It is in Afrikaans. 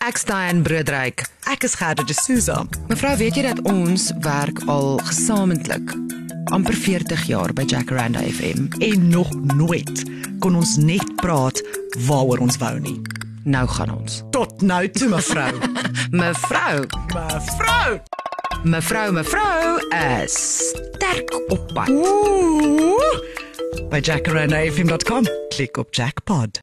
Ek's Diane Broodryk. Ek is Gerda de Souza. Mevrou, weet jy dat ons werk al gesamentlik amper 40 jaar by Jacaranda FM? En nog nooit kon ons net praat waaroor ons wou nie. Nou gaan ons. Tot nou toe, mevrou. Mevrou, mevrou. mevrou, mevrou is sterk op pad. Ooh. By jacarandafm.com klik op Jackpot.